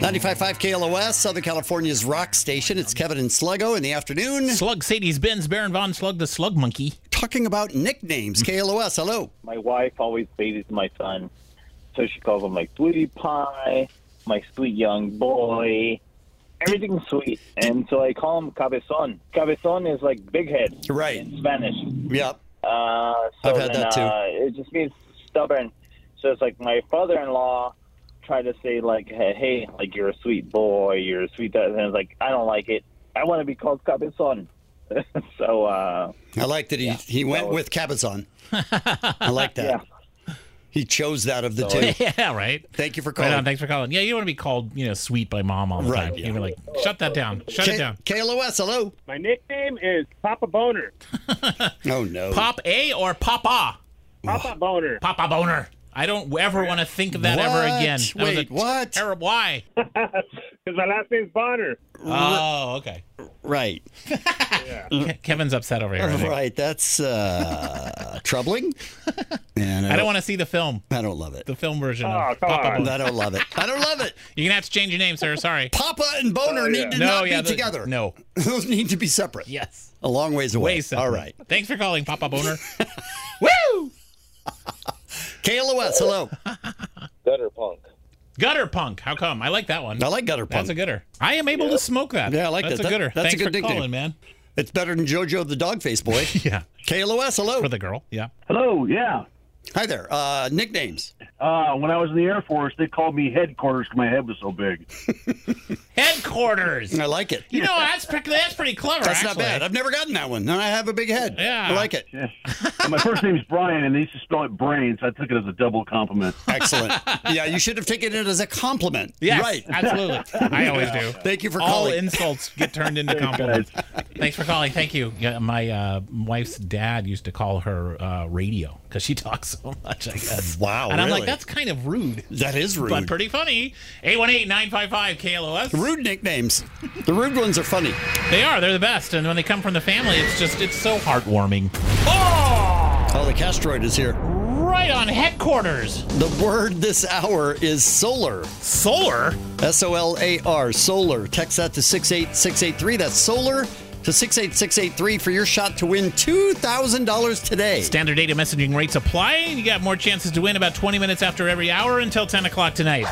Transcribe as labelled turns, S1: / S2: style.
S1: 95.5 KLOS, Southern California's rock station. It's Kevin and Sluggo in the afternoon.
S2: Slug Sadie's Benz, Baron Von Slug, the Slug Monkey.
S1: Talking about nicknames. KLOS, hello.
S3: My wife always babies my son, so she calls him my sweetie pie, my sweet young boy. Everything's sweet, and so I call him cabezon. Cabezon is like big head
S1: Right.
S3: in Spanish.
S1: Yep.
S3: Uh, so
S1: I've had
S3: then,
S1: that too.
S3: Uh, it just means stubborn. So it's like my father-in-law tried to say like, hey, hey, like you're a sweet boy, you're a sweet that, and it's like I don't like it. I want to be called cabezon. so uh,
S1: I like that he, he went with Cabazon. I like that.
S3: yeah,
S1: He chose that of the
S3: So-
S1: two.
S2: yeah, right.
S1: Thank you for
S2: Right
S1: calling.
S2: on, thanks for calling. Yeah, you don't want to be called, you know, sweet by mom all the
S1: Oh. Right,
S2: time.
S1: yeah.
S2: You know, like, shut that down. Shut it down.
S1: K- KLOS, hello.
S4: My nickname is Papa Boner.
S1: Oh, no.
S2: Pop A or Papa?
S4: Papa Boner.
S2: Papa Boner. I don't ever want to think of that ever
S1: What?
S2: again. That was a
S1: Wait, what?
S2: Terrible. Why?
S4: Because my last name's Bonner.
S2: Oh, okay.
S1: Right.
S2: Ke- Kevin's upset over here. I, think.
S1: Right. That's uh, troubling. And
S2: I don't want to see the film,
S1: I don't love it.
S2: the film version
S4: Oh,
S2: of
S4: come
S2: Papa
S4: on.
S2: Boner.
S1: I don't love it. I don't love it.
S2: You're going to have to change your name, sir. Sorry.
S1: Papa and Boner
S4: yeah.
S1: need to
S2: No,
S1: not
S2: Oh, yeah,
S1: be
S2: the-
S1: together.
S2: no.
S1: Those need to be separate.
S2: Yes.
S1: A long ways away.
S2: Way separate.
S1: All right.
S2: Thanks for calling, Papa Boner.
S1: Woo! KLOS, hello.
S3: gutter punk.
S2: Gutter Punk. How come? I like that one.
S1: I like gutter punk.
S2: That's a gooder. I am able to smoke that.
S1: Yeah, I like
S2: that's
S1: that.
S2: a gooder.
S1: That- that's a
S2: Thanks
S1: good
S2: for
S1: nickname.
S2: calling, man.
S1: it's better than JoJo the Dogface Boy.
S2: Yeah.
S1: KLOS, hello.
S2: For the girl. Yeah.
S5: Hello, yeah.
S1: Hi there. Uh, nicknames.
S5: Uh, when I was in the Air Force, they called me headquarters 'cause my head was so big.
S2: Headquarters.
S1: I like it.
S2: You know, that's pretty, that's pretty clever.
S1: That's not
S2: actually.
S1: bad. I've never gotten that one. And I have a big head.
S2: Yeah.
S1: I like it.
S5: And my first name's Brian, and they used to spell it brains. I took it as a double compliment.
S1: Excellent. yeah, you should have taken it as a compliment.
S2: Yes,
S1: Right.
S2: absolutely. I always do.
S1: Thank you for
S2: All
S1: calling.
S2: insults get turned into compliments. Thanks for calling. Thank you. Yeah, my uh, wife's dad used to call her uh, radio because she talks so much, I guess.
S1: Wow,
S2: And I'm
S1: Oh, really?
S2: like, that's kind of rude,
S1: That is rude.
S2: but pretty funny. 818 955 KLOS.
S1: Rude nicknames. The rude ones are funny.
S2: They are. They're the best. And when they come from the family, it's just, it's so heartwarming.
S1: Oh, the castroid is here.
S2: Right on headquarters.
S1: The word this hour is solar.
S2: Solar?
S1: S O L A R, solar. Text that to 68683. That's solar to 68683 for your shot to win $2,000 today.
S2: Standard data messaging rates apply, and you got more chances to win about 20 minutes after every hour until 10 o'clock tonight.